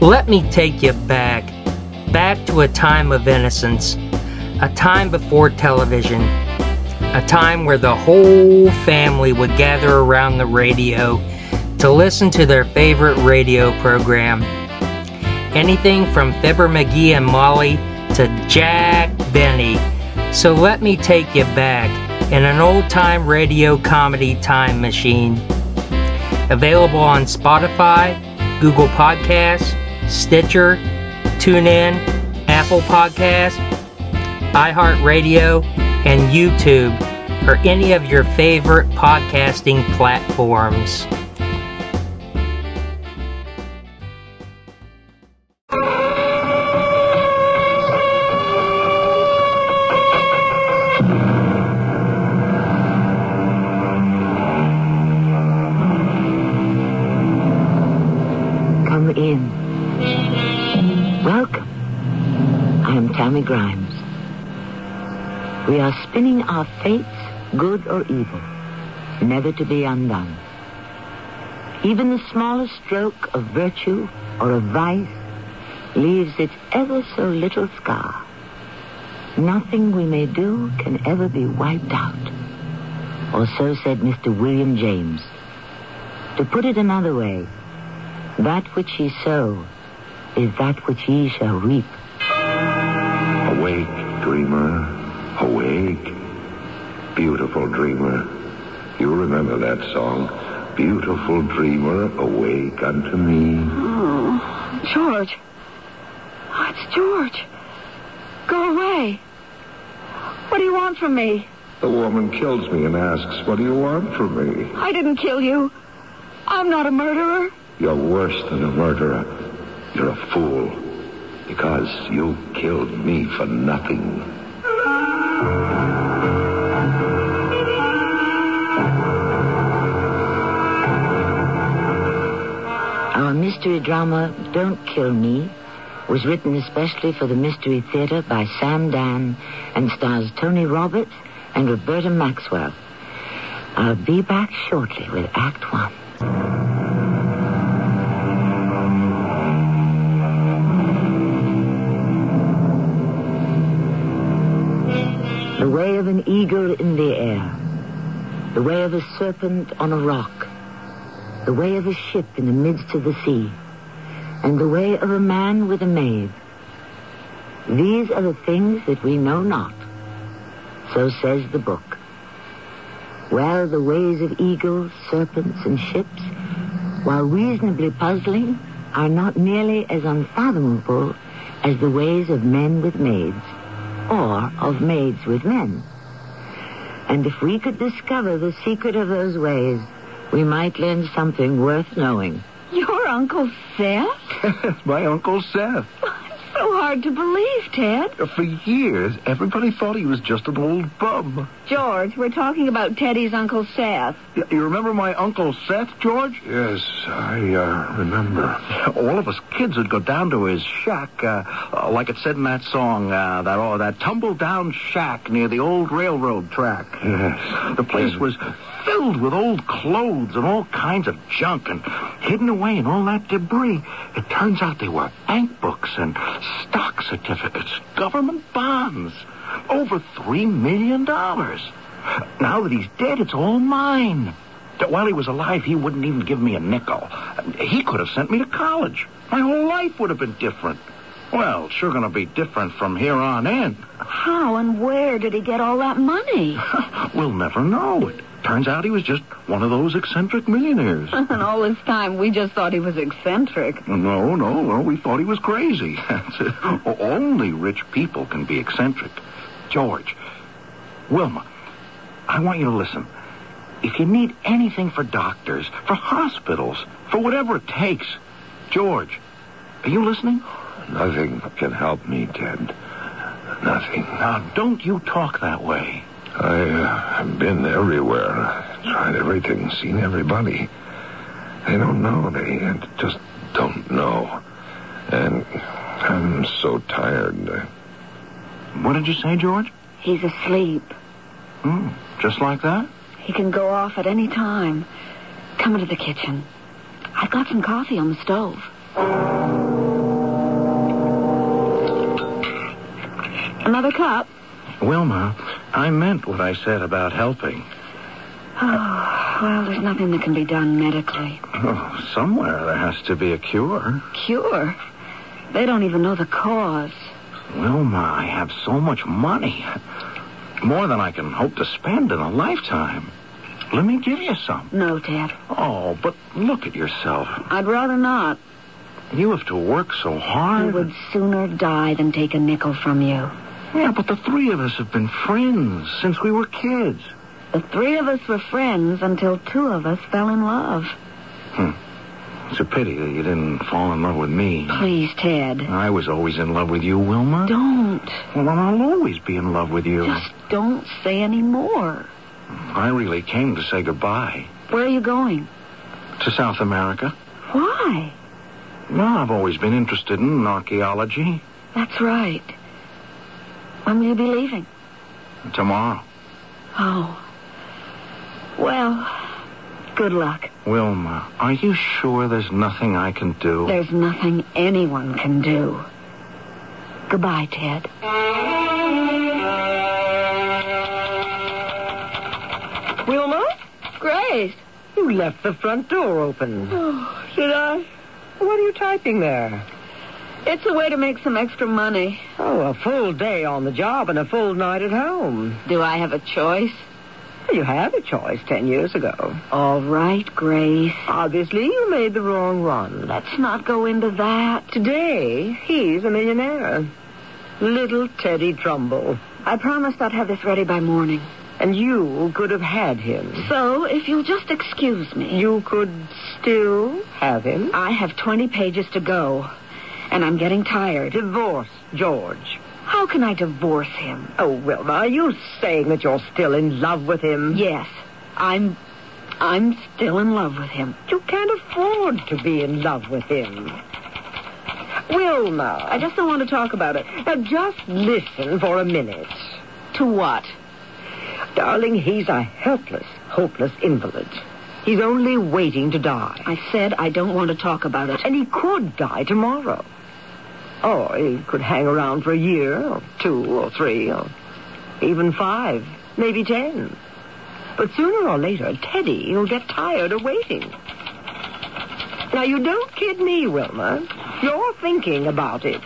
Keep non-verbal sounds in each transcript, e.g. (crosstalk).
Let me take you back, back to a time of innocence, a time before television, a time where the whole family would gather around the radio to listen to their favorite radio program. Anything from Fibber McGee and Molly to Jack Benny. So let me take you back in an old time radio comedy time machine. Available on Spotify, Google Podcasts, Stitcher, TuneIn, Apple Podcasts, iHeartRadio, and YouTube, or any of your favorite podcasting platforms. Come in. Welcome. I am Tammy Grimes. We are spinning our fates, good or evil, never to be undone. Even the smallest stroke of virtue or of vice leaves its ever so little scar. Nothing we may do can ever be wiped out. Or so said Mr. William James. To put it another way, that which ye sow is that which ye shall reap. Awake, dreamer. Awake. Beautiful dreamer. You remember that song. Beautiful dreamer, awake unto me. Oh, George. Oh, it's George. Go away. What do you want from me? The woman kills me and asks, What do you want from me? I didn't kill you. I'm not a murderer. You're worse than a murderer. You're a fool. Because you killed me for nothing. Our mystery drama, Don't Kill Me, was written especially for the Mystery Theater by Sam Dan and stars Tony Roberts and Roberta Maxwell. I'll be back shortly with Act One. The way of an eagle in the air, the way of a serpent on a rock, the way of a ship in the midst of the sea, and the way of a man with a maid. These are the things that we know not. So says the book. Well, the ways of eagles, serpents, and ships, while reasonably puzzling, are not nearly as unfathomable as the ways of men with maids, or of maids with men. And if we could discover the secret of those ways, we might learn something worth knowing. Your Uncle Seth? My Uncle (laughs) Seth. Oh, So hard to believe, Ted. For years, everybody thought he was just an old bum. George, we're talking about Teddy's Uncle Seth. Y- You remember my Uncle Seth, George? Yes, I uh, remember. All of us kids would go down to his shack, uh, uh, like it said in that song, uh, that oh, that tumble down shack near the old railroad track. Yes. The place was filled with old clothes and all kinds of junk and hidden away in all that debris. It turns out they were bank books and stock certificates, government bonds, over three million dollars. Now that he's dead, it's all mine. That While he was alive, he wouldn't even give me a nickel. He could have sent me to college. My whole life would have been different. Well, sure gonna be different from here on in. (laughs) How and where did he get all that money? (laughs) we'll never know. It turns out he was just one of those eccentric millionaires. and all this time, we just thought he was eccentric. No, no, no. We thought he was crazy. (laughs) That's it. O- Only rich people can be eccentric. George, Wilma, I want you to listen. If you need anything for doctors, for hospitals, for whatever it takes, George, are you listening? Nothing can help me, Ted. Nothing. Now, don't you talk that way. I, uh, I've been everywhere, tried everything, seen everybody. They don't know. They uh, just don't know. And I'm so tired. What did you say, George? He's asleep. Hmm, just like that? He can go off at any time. Come into the kitchen. I've got some coffee on the stove. the cup. Wilma, I meant what I said about helping. Oh, well, there's nothing that can be done medically. Oh, somewhere there has to be a cure. Cure? They don't even know the cause. Wilma, I have so much money. More than I can hope to spend in a lifetime. Let me give you some. No, Ted. Oh, but look at yourself. I'd rather not. You have to work so I hard. would sooner die than take a nickel from you. Yeah, but the three of us have been friends since we were kids. The three of us were friends until two of us fell in love. Hmm. It's a pity that you didn't fall in love with me. Please, Ted. I was always in love with you, Wilma. Don't. Well, I'll always be in love with you. Just don't say any more. I really came to say goodbye Where are you going? to South America. Why? No, I've always been interested in archaeology. That's right. When will you be leaving? Tomorrow, Oh. Well, good luck. Wilma, are you sure there's nothing I can do? There's nothing anyone can do. Goodbye, Ted. Wilma, Grace! you left the front door open. Oh, Did I? What are you typing there? it's a way to make some extra money. Oh, a full day on the job and a full night at home. Do I have a choice? Well, You had a choice ten years ago. All right, Grace. Obviously, you made the wrong one. Let's not go into that. Today, he's a millionaire. Little Teddy Trumbull. I promised I'd have this ready by morning. And you could have had him. So, if you'll just excuse me. You could still have him. I have 20 pages to go, and I'm getting tired. Divorce, George. How can I divorce him? Oh, Wilma, are you saying that you're still in love with him? Yes, I'm. I'm still in love with him. You can't afford to be in love with him. Wilma. I just don't want to talk about it. Now, just listen for a minute. To what? Darling, he's a helpless, hopeless invalid. He's only waiting to die. I said I don't want to talk about it. And he could die tomorrow. Or Oh, he could hang around for a year, or two, or three, or even five, maybe ten. But sooner or later, Teddy will get tired of waiting. Now, you don't kid me, Wilma. You're thinking about it.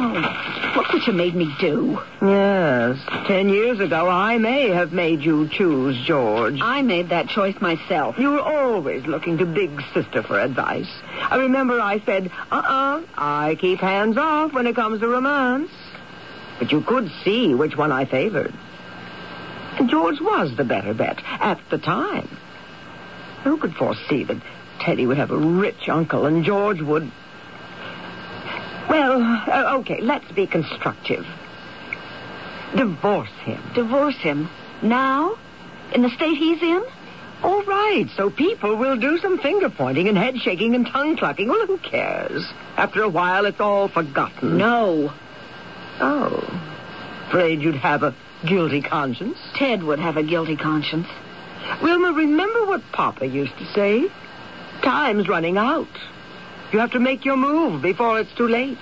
Oh, look what you made me do. Yes. Ten years ago, I may have made you choose, George. I made that choice myself. You were always looking to Big Sister for advice. I remember I said, uh-uh, I keep hands off when it comes to romance. But you could see which one I favored. And George was the better bet at the time. Who could foresee that Teddy would have a rich uncle and George would... Well, uh, okay, let's be constructive. Divorce him. Divorce him. Now? In the state he's in? All right, so people will do some finger pointing and head shaking and tongue clucking. Well, who cares? After a while, it's all forgotten. No. Oh. Afraid you'd have a guilty conscience? Ted would have a guilty conscience. Wilma, remember what Papa used to say? Time's running out. You have to make your move before it's too late.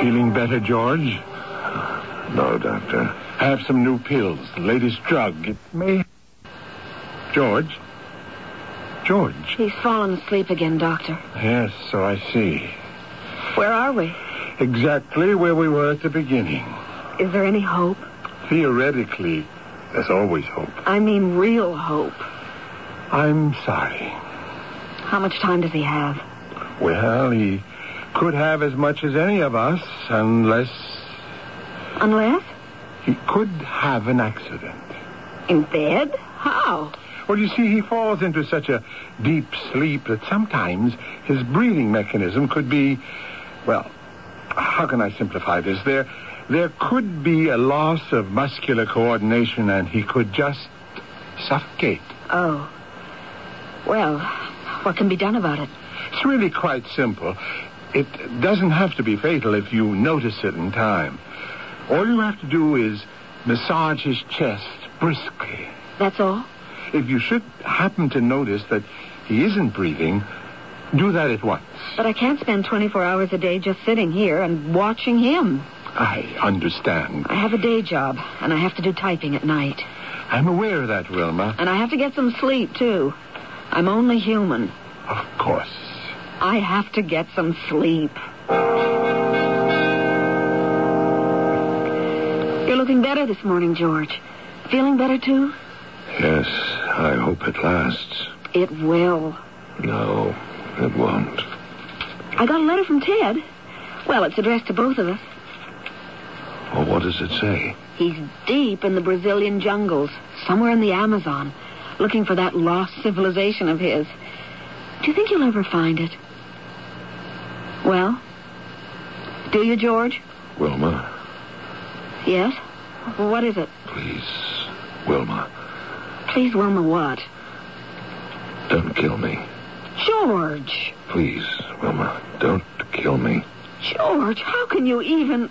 Feeling better, George? No, Doctor. Have some new pills. The latest drug. It may. George? George? He's fallen asleep again, Doctor. Yes, so I see. Where are we? Exactly where we were at the beginning. Is there any hope? Theoretically, there's always hope. I mean, real hope. I'm sorry. How much time does he have? Well, he could have as much as any of us, unless Unless? he could have an accident. In bed? How? Well, you see, he falls into such a deep sleep that sometimes his breathing mechanism could be, well, how can I simplify this? There, there could be a loss of muscular coordination, and he could just suffocate. Oh. Well, what can be done about it? It's really quite simple. It doesn't have to be fatal if you notice it in time. All you have to do is massage his chest briskly. That's all? If you should happen to notice that he isn't breathing, Do that at once. But I can't spend 24 hours a day just sitting here and watching him. I understand. I have a day job, and I have to do typing at night. I'm aware of that, Wilma. And I have to get some sleep, too. I'm only human. Of course. I have to get some sleep. You're looking better this morning, George. Feeling better, too? Yes, I hope it lasts. It will. No, it won't. I got a letter from Ted. Well, it's addressed to both of us. Well, what does it say? He's deep in the Brazilian jungles, somewhere in the Amazon, looking for that lost civilization of his. Do you think you'll ever find it? Well? Do you, George? Wilma, Yes? What is it? please. Wilma, Please, Wilma, what? don't kill me. George! Please, Wilma, don't kill me. George, how can you even.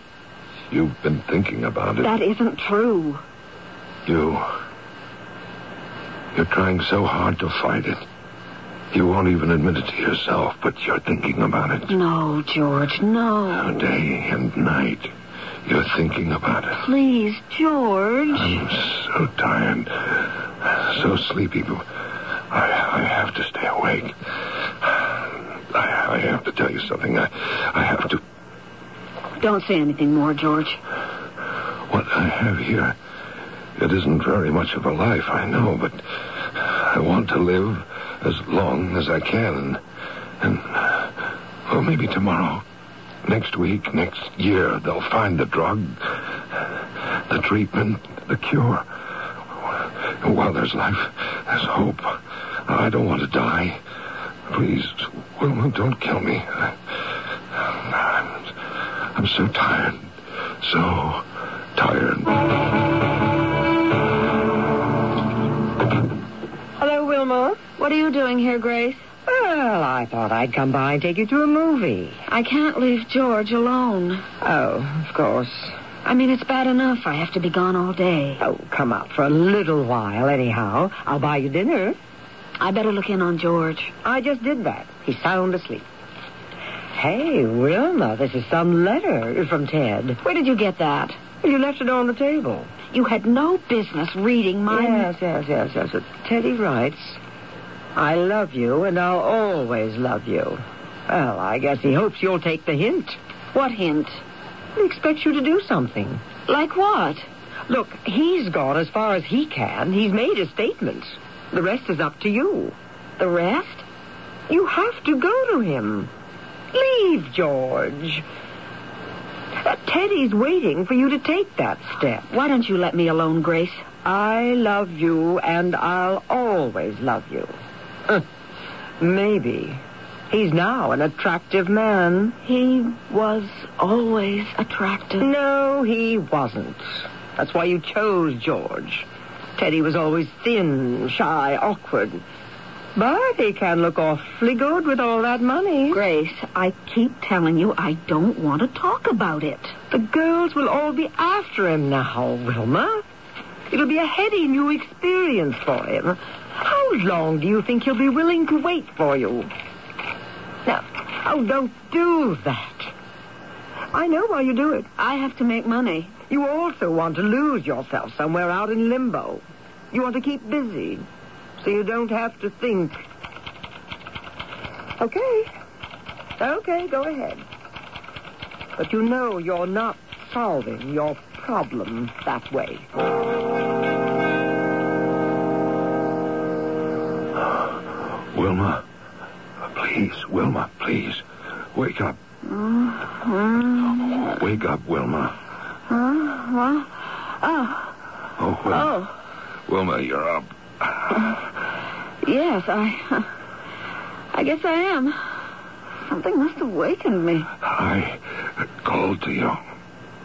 You've been thinking about it. That isn't true. You. You're trying so hard to fight it. You won't even admit it to yourself, but you're thinking about it. No, George, no. Day and night, you're thinking about it. Please, George. I'm so tired, so sleepy, but I, I have to stay awake. I, I have to tell you something. I, I have to. Don't say anything more, George. What I have here, it isn't very much of a life, I know, but I want to live as long as I can. And, well, maybe tomorrow, next week, next year, they'll find the drug, the treatment, the cure. While there's life, there's hope. I don't want to die. Please, Wilma, don't kill me. I, I'm, I'm so tired. So tired. Hello, Wilma. What are you doing here, Grace? Well, I thought I'd come by and take you to a movie. I can't leave George alone. Oh, of course. I mean, it's bad enough I have to be gone all day. Oh, come out for a little while, anyhow. I'll buy you dinner. I better look in on George. I just did that. He's sound asleep. Hey, Wilma, this is some letter from Ted. Where did you get that? You left it on the table. You had no business reading my. Yes, yes, yes, yes, yes. Teddy writes, I love you and I'll always love you. Well, I guess he hopes you'll take the hint. What hint? He expects you to do something. Like what? Look, he's gone as far as he can. He's made a statement. The rest is up to you. The rest? You have to go to him. Leave, George. Uh, Teddy's waiting for you to take that step. Why don't you let me alone, Grace? I love you, and I'll always love you. Huh. Maybe. He's now an attractive man. He was always attractive. No, he wasn't. That's why you chose George. Teddy was always thin, shy, awkward. But he can look awfully good with all that money. Grace, I keep telling you I don't want to talk about it. The girls will all be after him now, Wilma. It'll be a heady new experience for him. How long do you think he'll be willing to wait for you? Now, oh, don't do that. I know why you do it. I have to make money. You also want to lose yourself somewhere out in limbo. You want to keep busy, so you don't have to think. Okay. Okay, go ahead. But you know you're not solving your problem that way. Wilma, please, Wilma, please. Wake up. Mm-hmm. Wake up, Wilma. Oh, Oh, Wilma. Wilma, you're up. yes, I. I guess I am. Something must have wakened me. I called to you.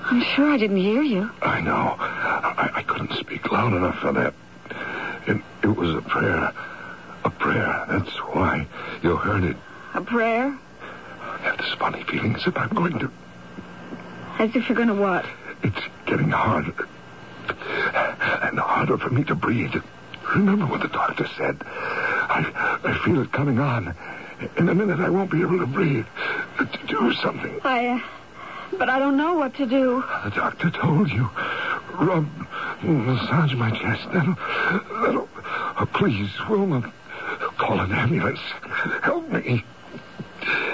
I'm sure I didn't hear you. I know. I, I couldn't speak loud enough for that. It, it was a prayer. A prayer. That's why you heard it. A prayer? I have this funny feeling as if I'm going to. As if you're going to what? It's getting harder and harder for me to breathe. Remember what the doctor said. I, I feel it coming on. In a minute, I won't be able to breathe. To do something. I, uh, but I don't know what to do. The doctor told you. Rub, massage my chest. That'll, that'll. Oh, please, Wilma, call an ambulance. Help me.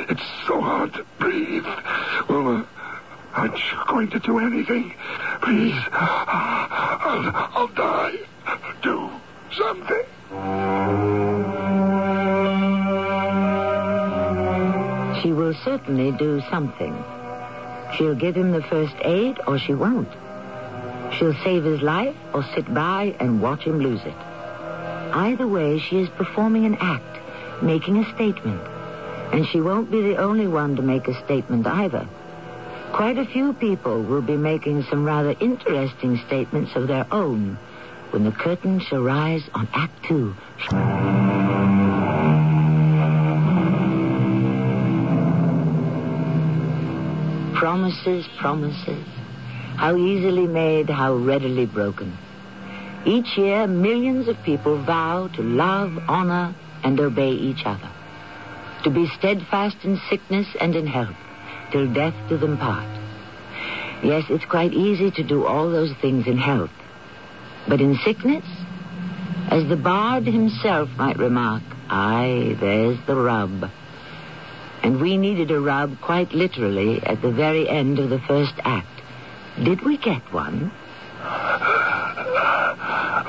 It's so hard to breathe. Wilma, aren't you going to do anything? Please, uh, I'll, I'll die. Do something. She will certainly do something. She'll give him the first aid or she won't. She'll save his life or sit by and watch him lose it. Either way, she is performing an act, making a statement. And she won't be the only one to make a statement either. Quite a few people will be making some rather interesting statements of their own when the curtain shall rise on Act Two. Promises, promises. How easily made, how readily broken. Each year, millions of people vow to love, honor, and obey each other. To be steadfast in sickness and in health, till death do them part. Yes, it's quite easy to do all those things in health. But in sickness, as the bard himself might remark, aye, there's the rub. And we needed a rub quite literally at the very end of the first act. Did we get one?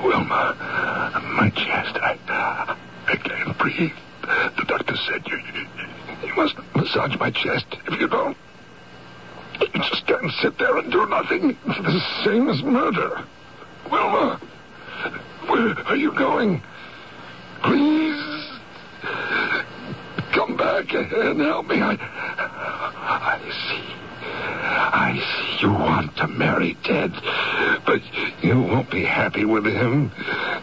Wilma, my chest. I, I can't breathe. The doctor said you, you, you must massage my chest. If you don't, you just can't sit there and do nothing. It's the same as murder. Wilma, where are you going? Please, come back and help me. I, I see. I see you want to marry Ted, but you won't be happy with him.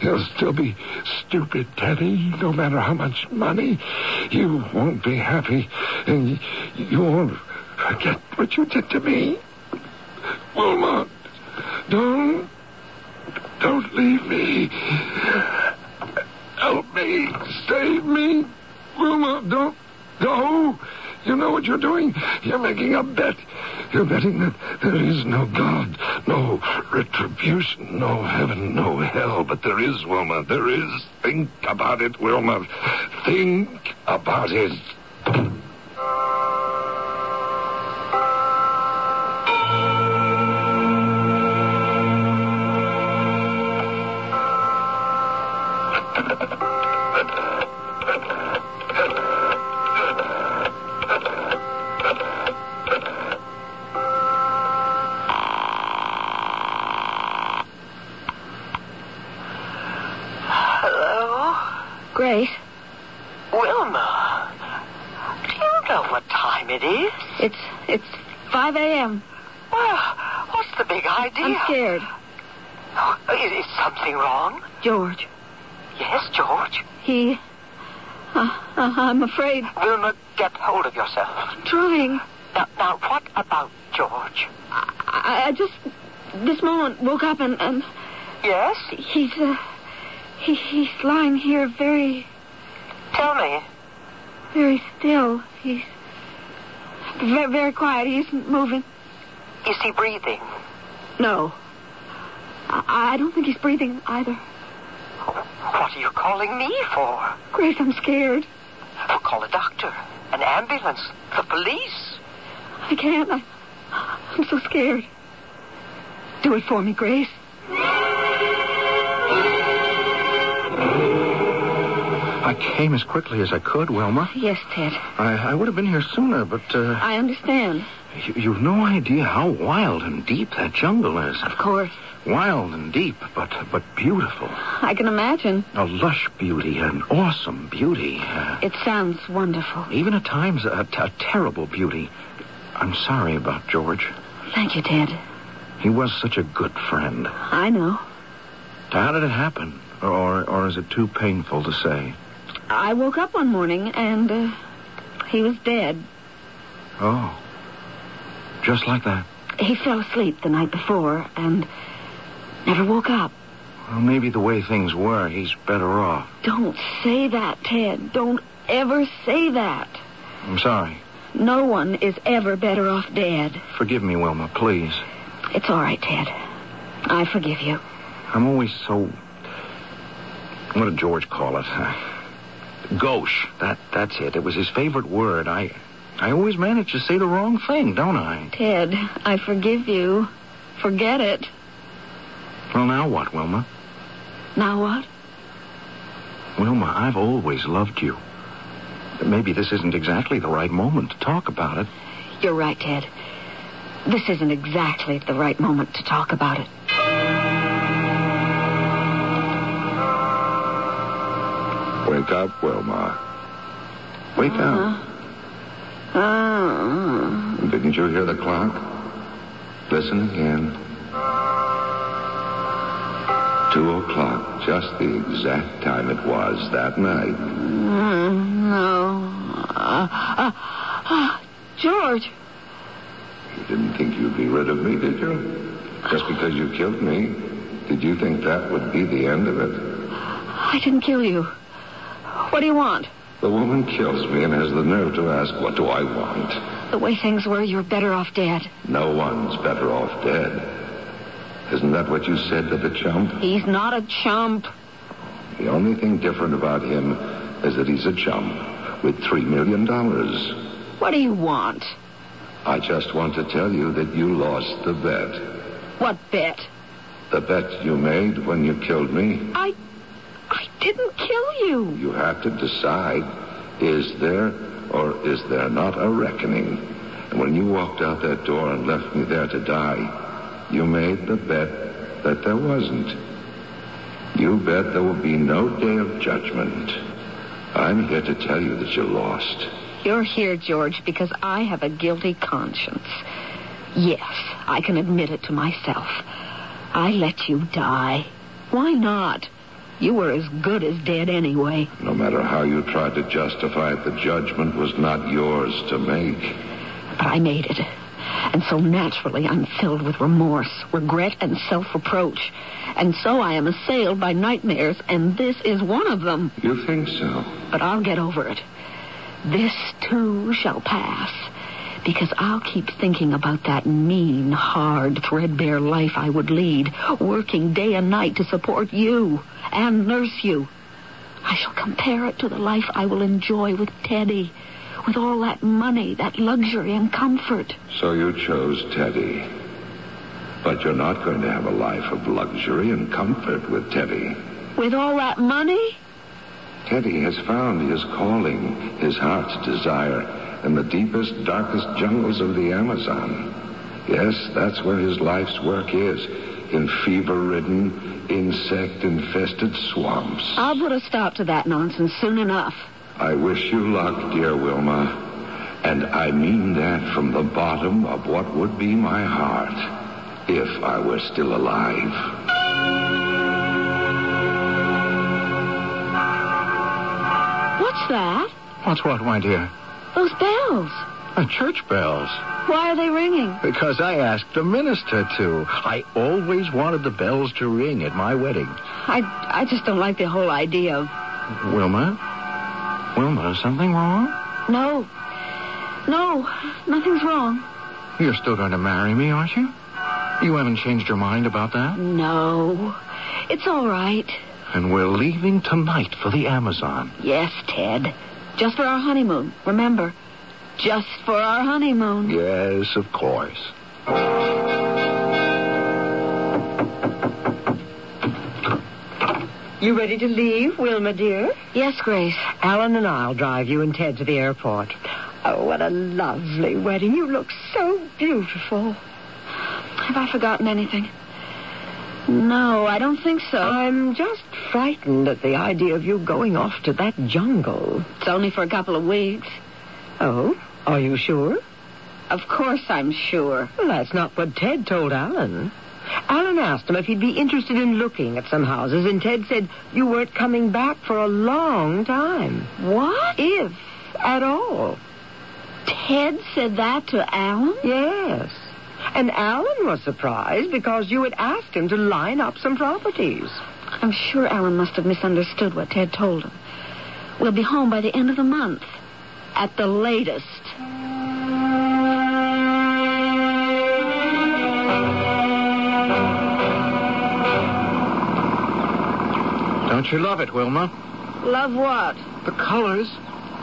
He'll still be stupid, Teddy, no matter how much money. You won't be happy, and you won't forget what you did to me. Wilma, don't, don't leave me. Help me, save me. Wilma, don't go. You know what you're doing? You're making a bet. You're betting that there is no God, no retribution, no heaven, no hell. But there is, Wilma. There is. Think about it, Wilma. Think about it. Hello? Grace, Wilma. Do you know what time it is? it's it's 5 a.m. Well, what's the big idea? I'm scared. Oh, Is, is something wrong? George, Yes, George. he. Uh, uh, I'm afraid. Wilma, get hold of yourself. I'm trying. Now, now, what about George? I, I just this moment woke up and and Yes? he's uh, he, he's lying here very Tell me. very still. He's very, very quiet. He isn't moving. Is he breathing? No. I, I don't think he's breathing either. What are you calling me for? Grace, I'm scared. Well, call a doctor, an ambulance, the police. I can't. I, I'm so scared. Do it for me, Grace. I came as quickly as I could, Wilma. Yes, Ted. I, I would have been here sooner, but uh, I understand. you, you've no idea how wild and deep that jungle is. Of course. Wild and deep, but but beautiful. I can imagine. A lush beauty, an awesome beauty. Uh, It sounds wonderful. even at times, a, a terrible beauty. I'm sorry about George. Thank you, Ted. He was such a good friend. I know. How did it happen? Or, or is it too painful to say? I woke up one morning and uh, he was dead. Oh. Just like that. He fell asleep the night before and never woke up. Well, maybe the way things were, he's better off. Don't say that, Ted. Don't ever say that. I'm sorry. No one is ever better off dead. Forgive me, Wilma, please. It's all right, Ted. I forgive you. I'm always so. What did George call it? (laughs) Gauche. That that's it. It was his favorite word. I I always manage to say the wrong thing, don't I? Ted, I forgive you. Forget it. Well, now what, Wilma? Now what? Wilma, I've always loved you. Maybe this isn't exactly the right moment to talk about it. You're right, Ted. This isn't exactly the right moment to talk about it. Wake up, Wilma. Wake up. Oh. Didn't you hear the clock? Listen again. Two o'clock, just the exact time it was that night. Mm, No. Uh, uh, uh, George. You didn't think you'd be rid of me, did you? Just because you killed me, did you think that would be the end of it? I didn't kill you. What do you want? The woman kills me and has the nerve to ask, What do I want? The way things were, you're better off dead. No one's better off dead. Isn't that what you said to the chump? He's not a chump. The only thing different about him is that he's a chump with three million dollars. What do you want? I just want to tell you that you lost the bet. What bet? The bet you made when you killed me. I. I didn't kill you. You have to decide is there or is there not a reckoning? And when you walked out that door and left me there to die, you made the bet that there wasn't. You bet there will be no day of judgment. I'm here to tell you that you lost. You're here, George, because I have a guilty conscience. Yes, I can admit it to myself. I let you die. Why not? You were as good as dead anyway. No matter how you tried to justify it, the judgment was not yours to make. But I made it. And so naturally, I'm filled with remorse, regret, and self reproach. And so I am assailed by nightmares, and this is one of them. You think so? But I'll get over it. This too shall pass. Because I'll keep thinking about that mean, hard, threadbare life I would lead, working day and night to support you and nurse you. I shall compare it to the life I will enjoy with Teddy, with all that money, that luxury and comfort. So you chose Teddy. But you're not going to have a life of luxury and comfort with Teddy. With all that money? Teddy has found his calling, his heart's desire, in the deepest, darkest jungles of the Amazon. Yes, that's where his life's work is, in fever-ridden, insect-infested swamps. I'll put a stop to that nonsense soon enough. I wish you luck, dear Wilma. And I mean that from the bottom of what would be my heart if I were still alive. What's that? What's what, my dear? Those bells. Uh, church bells. Why are they ringing? Because I asked a minister to. I always wanted the bells to ring at my wedding. I, I just don't like the whole idea of Wilma? Wilma, is something wrong? No. No, nothing's wrong. You're still going to marry me, aren't you? You haven't changed your mind about that? No. It's all right. And we're leaving tonight for the Amazon. Yes, Ted. Just for our honeymoon, remember. Just for our honeymoon. Yes, of course. You ready to leave, Wilma, dear? Yes, Grace. Alan and I'll drive you and Ted to the airport. Oh, what a lovely wedding. You look so beautiful. Have I forgotten anything? No, I don't think so. I'm just frightened at the idea of you going off to that jungle. it's only for a couple of weeks. Oh, are you sure? Of course I'm sure. Well, that's not what Ted told Alan. Alan asked him if he'd be interested in looking at some houses, and Ted said you weren't coming back for a long time. What? If at all. Ted said that to Alan? Yes. And Alan was surprised because you had asked him to line up some properties. I'm sure Alan must have misunderstood what Ted told him. We'll be home by the end of the month. At the latest. Don't you love it, Wilma? Love what? The colors.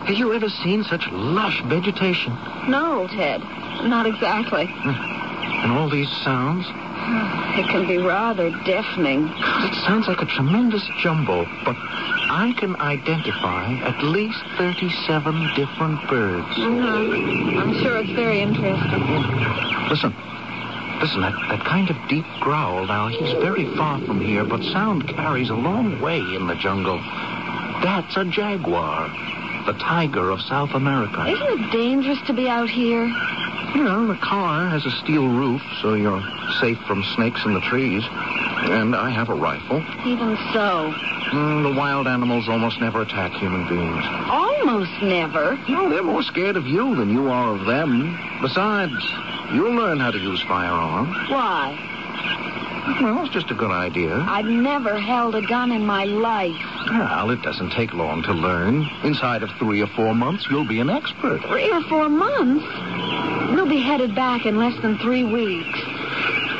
Have you ever seen such lush vegetation? Hmm. No, Ted. Not exactly. And all these sounds? It can be rather deafening. It sounds like a tremendous jumble, but I can identify at least 37 different birds. Mhm. I'm sure it's very interesting. Listen. Listen, that, that kind of deep growl. Now, he's very far from here, but sound carries a long way in the jungle. That's a jaguar, the tiger of South America. Isn't it dangerous to be out here? You know, the car has a steel roof, so you're safe from snakes in the trees. And I have a rifle. Even so. Mm, the wild animals almost never attack human beings. Almost never. No, they're more scared of you than you are of them. Besides, you'll learn how to use firearms. Why? Well, it's just a good idea. I've never held a gun in my life. Well, it doesn't take long to learn. Inside of three or four months, you'll be an expert. Three or four months? We'll be headed back in less than three weeks.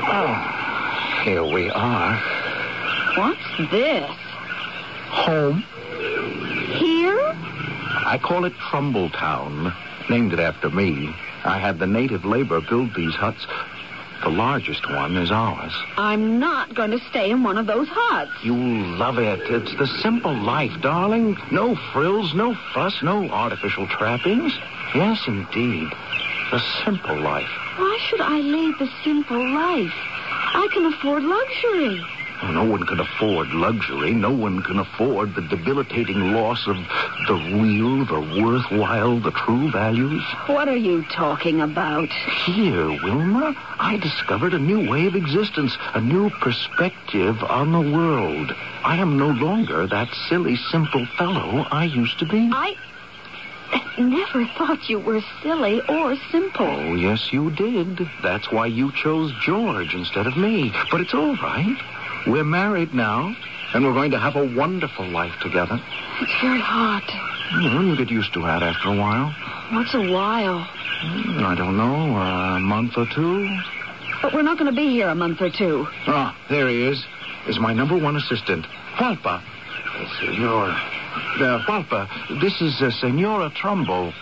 Oh, here we are. What's this? Home. Here? I call it Trumbull Town, named it after me. I had the native labor build these huts. The largest one is ours. I'm not going to stay in one of those huts. You'll love it. It's the simple life, darling. No frills, no fuss, no artificial trappings. Yes, indeed. The simple life. Why should I lead the simple life? I can afford luxury. No one can afford luxury. No one can afford the debilitating loss of the real, the worthwhile, the true values. What are you talking about? Here, Wilma, I discovered a new way of existence, a new perspective on the world. I am no longer that silly, simple fellow I used to be. I never thought you were silly or simple. Oh, yes, you did. That's why you chose George instead of me. But it's all right. We're married now, and we're going to have a wonderful life together. It's very hard. Mm-hmm, Well, you get used to that after a while. What's a while? Hmm, I don't know, uh, a month or two. But we're not going to be here a month or two. Ah, there he is. Is my number one assistant, Hualpa. Senor. Uh, Hualpa, this is uh, Senora Trumbo.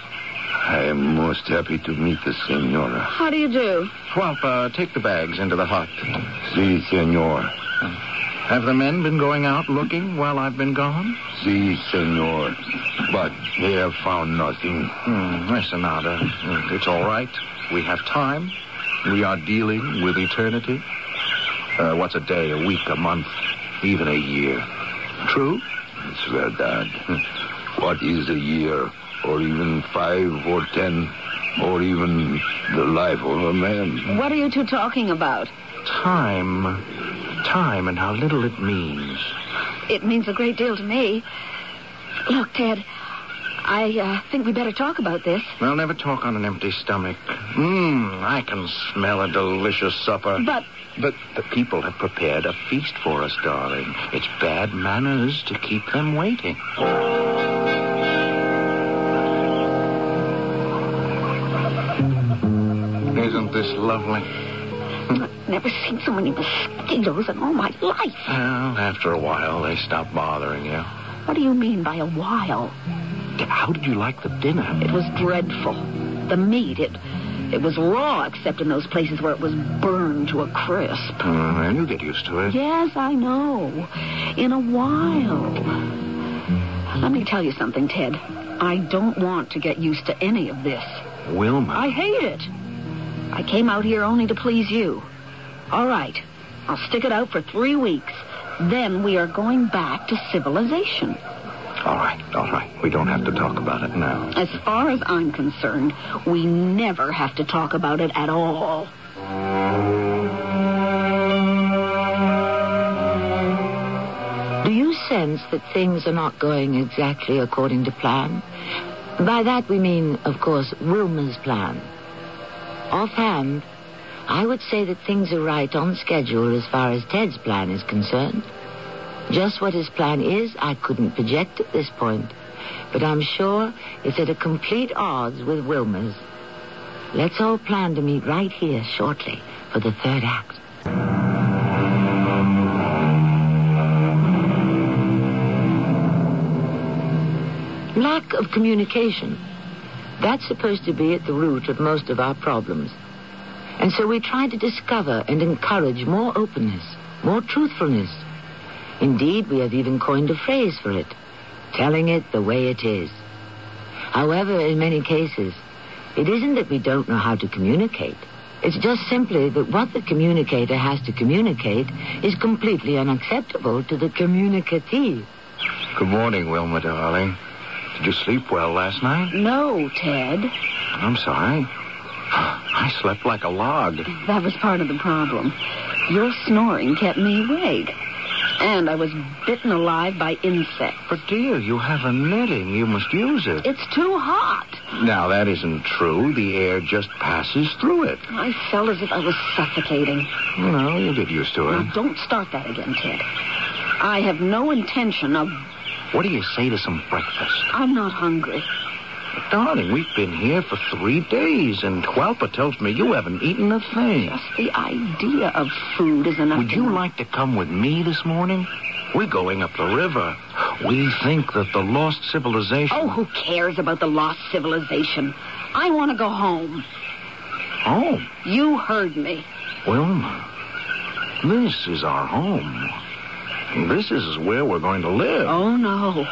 I am most happy to meet the Senora. How do you do? Hualpa, Uh, take the bags into the hut. Si, Senor. Have the men been going out looking while I've been gone? Si, Senor. But they have found nothing. listen, Ada. Hmm, It's all right. We have time. We are dealing with eternity. Uh, what's a day, a week, a month, even a year? True? It's Verdad. What is a year, or even five or ten, or even the life of a man? What are you two talking about? Time. Time and how little it means. It means a great deal to me. Look, Ted, I uh, think we better talk about this. Well, never talk on an empty stomach. Mmm, I can smell a delicious supper. But But the people have prepared a feast for us, darling. It's bad manners to keep them waiting. Isn't this lovely? I've never seen so many mosquitoes in all my life. Well, after a while, they stop bothering you. What do you mean by a while? How did you like the dinner? It was dreadful. The meat, it it was raw, except in those places where it was burned to a crisp. Mm, you get used to it. Yes, I know. In a while. Let me tell you something, Ted. I don't want to get used to any of this. Wilma. I hate it. I came out here only to please you. All right. I'll stick it out for three weeks. Then we are going back to civilization. All right, all right. We don't have to talk about it now. As far as I'm concerned, we never have to talk about it at all. Do you sense that things are not going exactly according to plan? By that we mean, of course, Wilma's plan. Offhand, I would say that things are right on schedule as far as Ted's plan is concerned. Just what his plan is, I couldn't project at this point. But I'm sure it's at a complete odds with Wilmer's. Let's all plan to meet right here shortly for the third act. Lack of communication. That's supposed to be at the root of most of our problems. And so we try to discover and encourage more openness, more truthfulness. Indeed, we have even coined a phrase for it telling it the way it is. However, in many cases, it isn't that we don't know how to communicate. It's just simply that what the communicator has to communicate is completely unacceptable to the communicatee. Good morning, Wilma, darling. Did you sleep well last night? No, Ted. I'm sorry. I slept like a log. That was part of the problem. Your snoring kept me awake. And I was bitten alive by insects. But, dear, you have a netting. You must use it. It's too hot. Now, that isn't true. The air just passes through it. I felt as if I was suffocating. No, you get used to Now, it. don't start that again, Ted. I have no intention of... What do you say to some breakfast? I'm not hungry. But, darling, we've been here for three days, and Huelpa tells me you haven't eaten a thing. Just the idea of food is enough. Would to- you like to come with me this morning? We're going up the river. We think that the lost civilization. Oh, who cares about the lost civilization? I want to go home. Oh, You heard me. Wilma, this is our home. This is where we're going to live. Oh, no.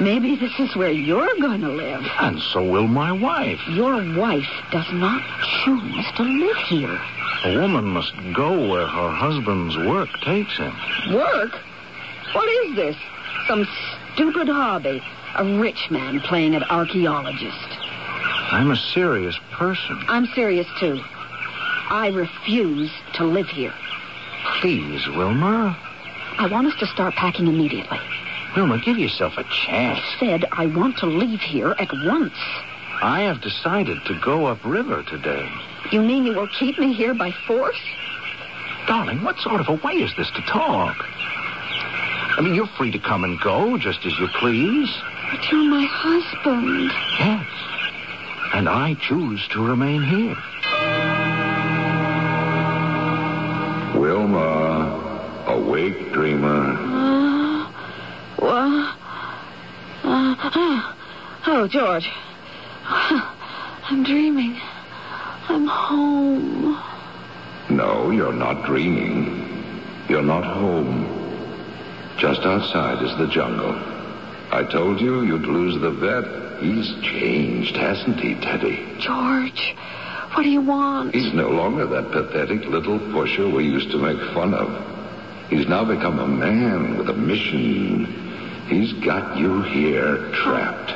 Maybe this is where you're going to live. And so will my wife. Your wife does not choose to live here. A woman must go where her husband's work takes him. Work? What is this? Some stupid hobby. A rich man playing at archaeologist. I'm a serious person. I'm serious, too. I refuse to live here. Please, Wilma. I want us to start packing immediately. Wilma, give yourself a chance. Said I want to leave here at once. I have decided to go upriver today. You mean you will keep me here by force? Darling, what sort of a way is this to talk? I mean, you're free to come and go just as you please. But you're my husband. Yes. And I choose to remain here. Wilma, awake, dreamer. Uh, well, uh, oh, George. (sighs) I'm dreaming. I'm home. No, you're not dreaming. You're not home. Just outside is the jungle. I told you you'd lose the vet. He's changed, hasn't he, Teddy? George, what do you want? He's no longer that pathetic little pusher we used to make fun of. He's now become a man with a mission. He's got you here trapped.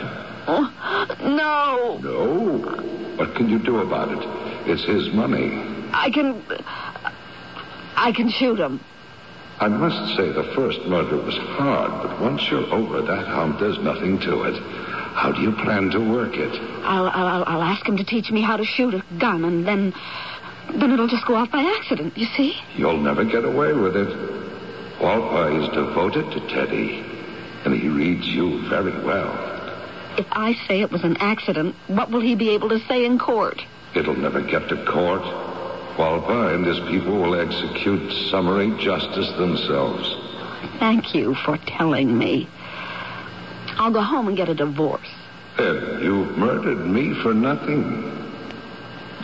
Oh, no, No. What can you do about it? It's his money. I can. I can shoot him. I must say the first murder was hard, but once you're over that hump, there's nothing to it. How do you plan to work it? I'll, I'll, I'll- I'll ask him to teach me how to shoot a gun, and then. Then it'll just go off by accident, you see? You'll never get away with it. Walpa is devoted to Teddy, and he reads you very well. If I say it was an accident, what will he be able to say in court? It'll never get to court. Walpa and his people will execute summary justice themselves. Thank you for telling me. I'll go home and get a divorce. Then you've murdered me for nothing.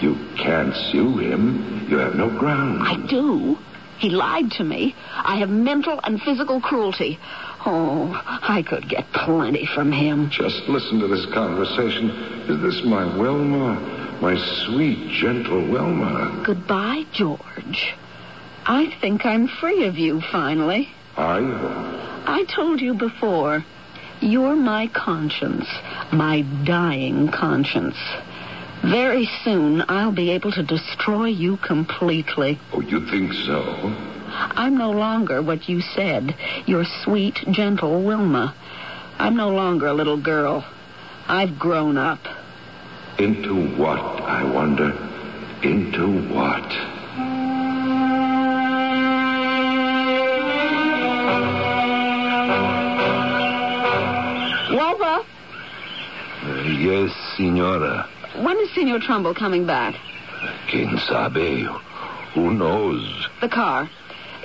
You can't sue him. You have no grounds. I do. He lied to me. I have mental and physical cruelty. Oh, I could get plenty from him. Just listen to this conversation. Is this my Wilma? My sweet, gentle Wilma. Goodbye, George. I think I'm free of you finally. Are you? I told you before. You're my conscience, my dying conscience. Very soon I'll be able to destroy you completely. Oh, you think so? I'm no longer what you said, your sweet, gentle Wilma. I'm no longer a little girl. I've grown up. Into what, I wonder? Into what? Wilma. Silva! Uh, yes, Signora. When is Senor Trumbull coming back? Quien sabe? Who knows? The car.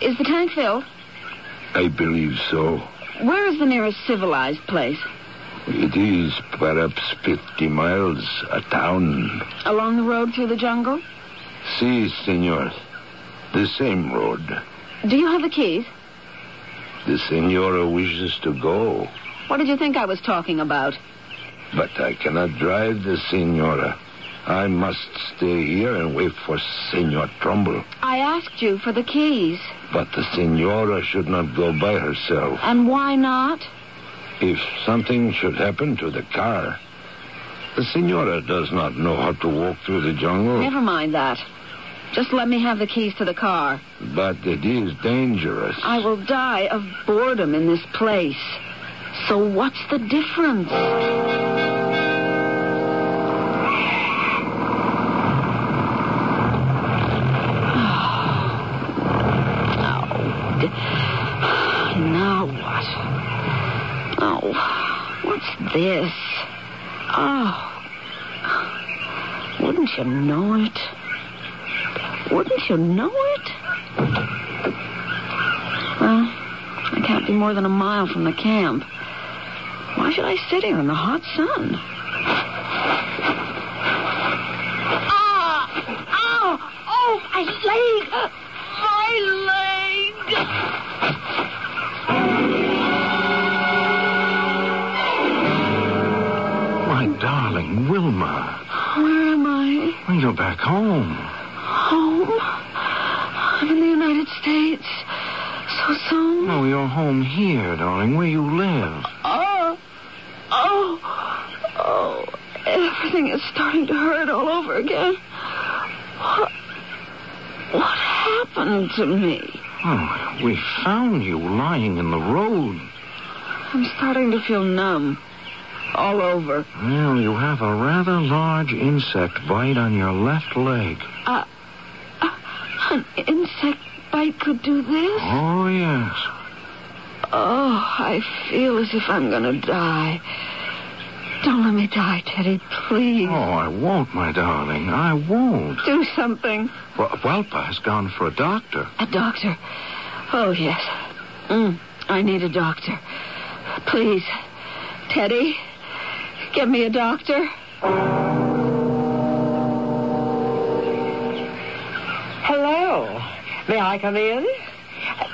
Is the tank filled? I believe so. Where is the nearest civilized place? It is perhaps 50 miles, a town. Along the road through the jungle? Si, senor. The same road. Do you have the keys? The senora wishes to go, What did you think I was talking about? but I cannot drive the senora. I must stay here and wait for Senor Trumbull. I asked you for the keys. But the senora should not go by herself. And why not? If something should happen to the car, the senora does not know how to walk through the jungle. Never mind that. Just let me have the keys to the car. But it is dangerous. I will die of boredom in this place. So what's the difference? (sighs) Oh, now what? Oh, what's this? Oh, wouldn't you know it? Wouldn't you know it? Well, I can't be more than a mile from the camp. Why should I sit here in the hot sun? Ah! Ow! Oh, my leg! My leg! My darling Wilma, Where am I? well, you're back home. Home? I'm in the United States. So soon? No, Oh, you're home here, darling, where you live. Oh! Oh! Oh! Everything is starting to hurt all over again. What, what happened to me? Oh, we found you lying in the road. I'm starting to feel numb. All over. Well, you have a rather large insect bite on your left leg. Uh, uh, an insect bite could do this? Oh, yes. Oh, I feel as if I'm going to die. Don't let me die, Teddy, please. Oh, I won't, my darling. I won't. Do something. Well, Welpa has gone for a doctor. A doctor. Oh, yes. Mm, I need a doctor. Please, Teddy, get me a doctor. Hello. May I come in?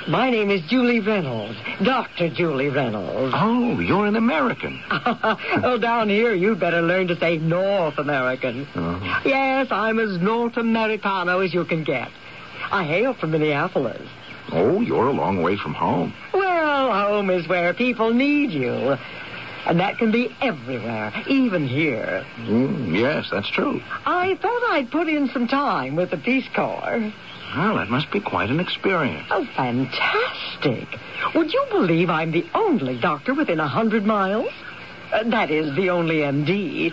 My name is Julie Reynolds, Dr. Julie Reynolds. (laughs) Oh, you're an American. (laughs) well, down here, you'd better learn to say North American. Oh. Yes, I'm as North Americano as you can get. I hail from Minneapolis. Oh, you're a long way from home. Well, home is where people need you. And that can be everywhere, even here. Mm, yes, that's true. I thought I'd put in some time with the Peace Corps. Well, that must be quite an experience. Oh, fantastic. Would you believe I'm the only doctor within a hundred miles? Uh, that is, the only MD.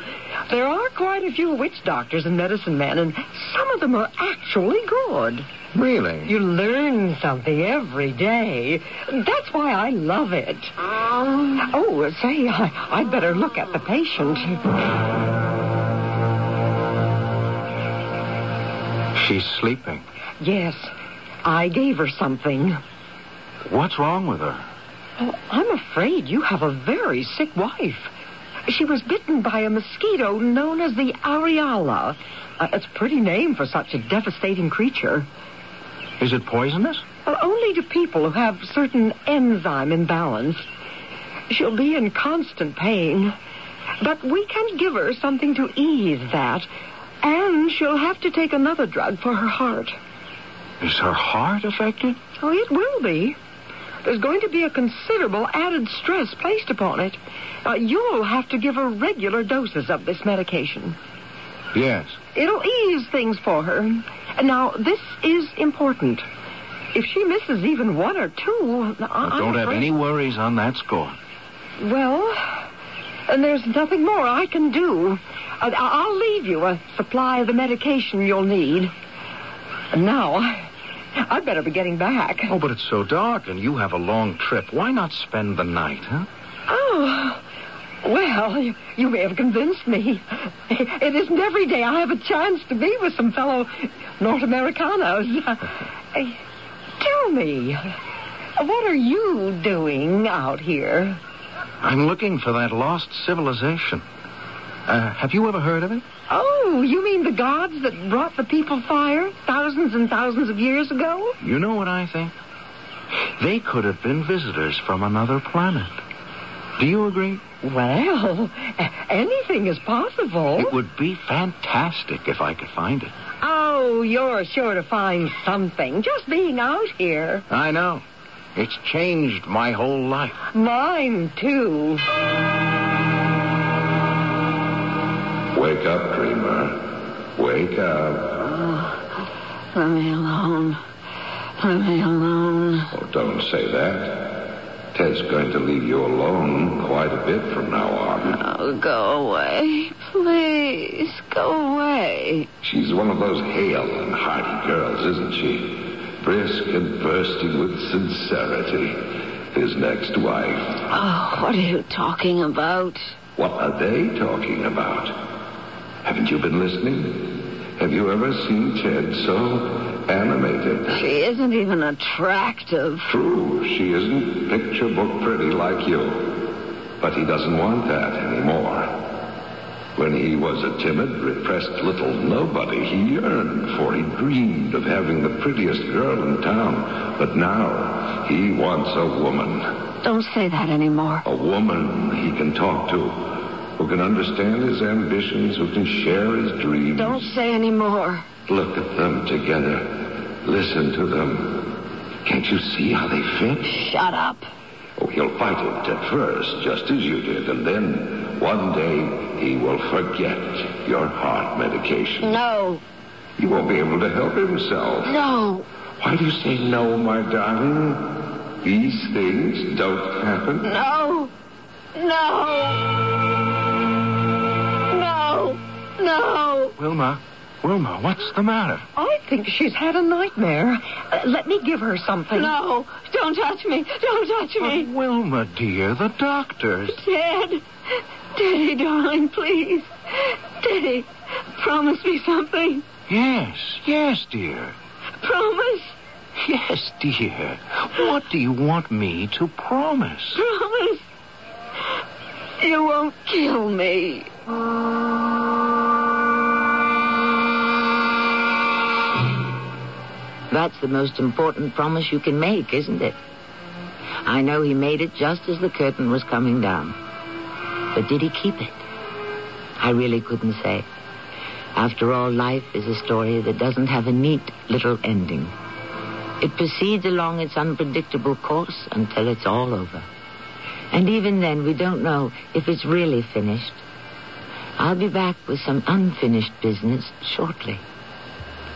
There are quite a few witch doctors and medicine men, and some of them are actually good. Really? You learn something every day. That's why I love it. Oh, say, I, I'd better look at the patient. She's sleeping. Yes, I gave her something. What's wrong with her? Oh, I'm afraid you have a very sick wife. She was bitten by a mosquito known as the Ariala. Uh, it's a pretty name for such a devastating creature. Is it poisonous? Uh, only to people who have certain enzyme imbalance. She'll be in constant pain. But we can give her something to ease that. And she'll have to take another drug for her heart. Is her heart affected? Oh, it will be. There's going to be a considerable added stress placed upon it. Uh, you'll have to give her regular doses of this medication. Yes. It'll ease things for her. And Now, this is important. If she misses even one or two, uh, I Now, I'm don't have afraid- any worries on that score. Well, and there's nothing more I can do. I- I- I'll leave you a supply of the medication you'll need. And now, I'd better be getting back. Oh, but it's so dark and you have a long trip. Why not spend the night, huh? Oh, Well, you, you may have convinced me. It isn't every day I have a chance to be with some fellow North Americanos. Uh, Tell me, what are you doing out here? I'm looking for that lost civilization. Uh, have you ever heard of it? Oh, you mean the gods that brought the people fire thousands and thousands of years ago? You know what I think? They could have been visitors from another planet. Do you agree? Well, a- anything is possible. It would be fantastic if I could find it. Oh, you're sure to find something just being out here. I know. It's changed my whole life. Mine, too. Wake up, dreamer. Wake up. Let me alone. Let me alone. Oh, don't say that. Ted's going to leave you alone quite a bit from now on. Oh, go away. Please, go away. She's one of those hale and hearty girls, isn't she? Brisk and bursting with sincerity. His next wife. Oh, what are you talking about? What are they talking about? Haven't you been listening? Have you ever seen Ted so animated? She isn't even attractive. True, she isn't picture book pretty like you. But he doesn't want that anymore. When he was a timid, repressed little nobody, he yearned for, he dreamed of having the prettiest girl in town. But now, he wants a woman. Don't say that anymore. A woman he can talk to, who can understand his ambitions, who can share his dreams. Don't say anymore. Look at them together. Listen to them. Can't you see how they fit? Shut up. Oh, he'll fight it at first, just as you did, and then one day he will forget your heart medication. No, He won't be able to help himself. no, Why do you say no, my darling? These things don't happen. no, no, no, no. Wilma, Wilma, what's the matter? I think she's had a nightmare. Uh, let me give her something. No, don't touch me. Don't touch me. Wilma, dear, the doctors. Ted. Teddy, darling, please. Teddy, promise me something. Yes, yes, dear. Promise. Yes, dear. What do you want me to promise? Promise. You won't kill me. That's the most important promise you can make, isn't it? I know he made it just as the curtain was coming down. But did he keep it? I really couldn't say. After all, life is a story that doesn't have a neat little ending. It proceeds along its unpredictable course until it's all over. And even then, we don't know if it's really finished. I'll be back with some unfinished business shortly.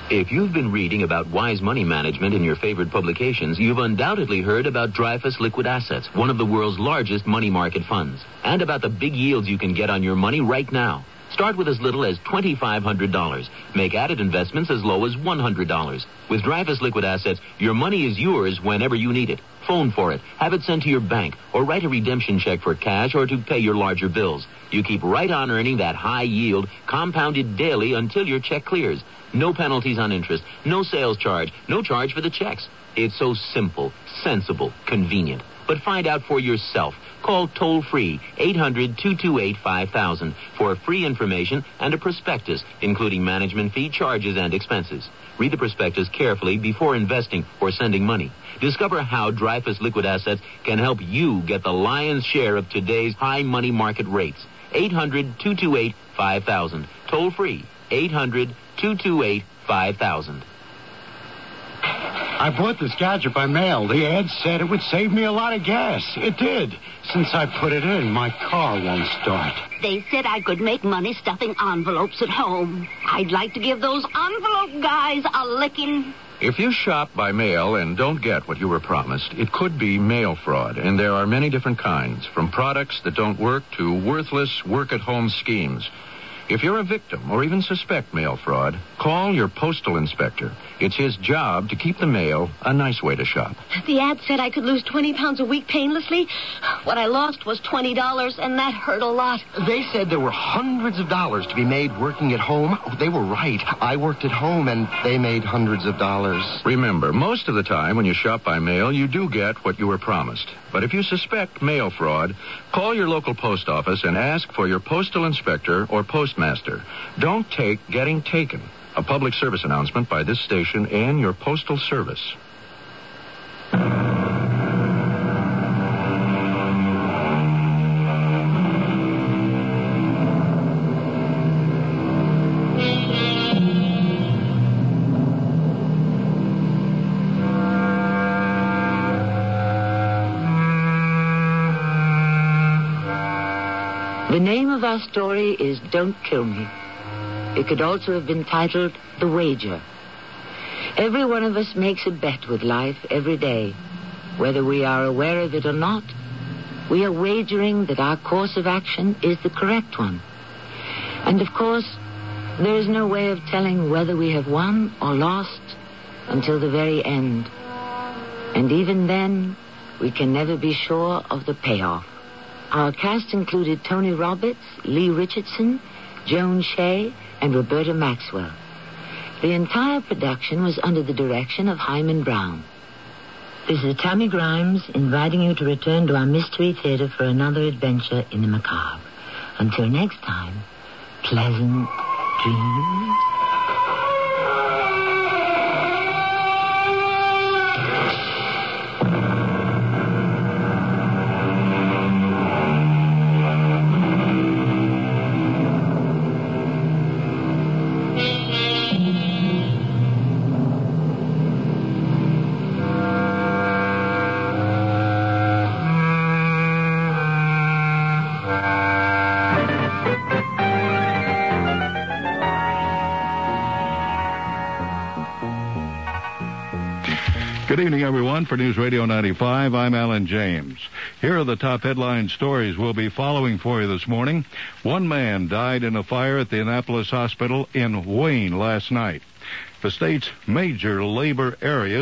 If you've been reading about wise money management in your favorite publications, you've undoubtedly heard about Dreyfus Liquid Assets, one of the world's largest money market funds, and about the big yields you can get on your money right now. Start with as little as $2,500. Make added investments as low as $100. With Dreyfus Liquid Assets, your money is yours whenever you need it. Phone for it, have it sent to your bank, or write a redemption check for cash or to pay your larger bills. You keep right on earning that high yield, compounded daily until your check clears. No penalties on interest, no sales charge, no charge for the checks. It's so simple, sensible, convenient. But find out for yourself. Call toll free 800 228 5000 for free information and a prospectus, including management fee, charges, and expenses. Read the prospectus carefully before investing or sending money. Discover how Dreyfus Liquid Assets can help you get the lion's share of today's high money market rates. 800 228 5000. Toll free 800 228 5000. I bought this gadget by mail. The ad said it would save me a lot of gas. It did. Since I put it in, my car won't start. They said I could make money stuffing envelopes at home. I'd like to give those envelope guys a licking. If you shop by mail and don't get what you were promised, it could be mail fraud, and there are many different kinds, from products that don't work to worthless work at home schemes. If you're a victim or even suspect mail fraud, call your postal inspector. It's his job to keep the mail a nice way to shop. The ad said I could lose 20 pounds a week painlessly. What I lost was $20, and that hurt a lot. (laughs) They said there were hundreds of dollars to be made working at home. Oh, They were right. I worked at home and they made hundreds of dollars. Remember, most of the time when you shop by mail, you do get what you were promised. But if you suspect mail fraud, call your local post office and ask for your postal inspector or postmaster. Don't take getting taken. A public service announcement by this station and your postal service. The name of our story is Don't Kill Me. It could also have been titled The Wager. Every one of us makes a bet with life every day. Whether we are aware of it or not, we are wagering that our course of action is the correct one. And of course, there is no way of telling whether we have won or lost until the very end. And even then, we can never be sure of the payoff. Our cast included Tony Roberts, Lee Richardson, Joan Shea, and Roberta Maxwell. The entire production was under the direction of Hyman Brown. This is Tammy Grimes inviting you to return to our Mystery Theater for another adventure in the macabre. Until next time, pleasant dreams. Good evening, everyone. For News Radio 95, I'm Alan James. Here are the top headline stories we'll be following for you this morning. One man died in a fire at the Annapolis Hospital in Wayne last night. The state's major labor area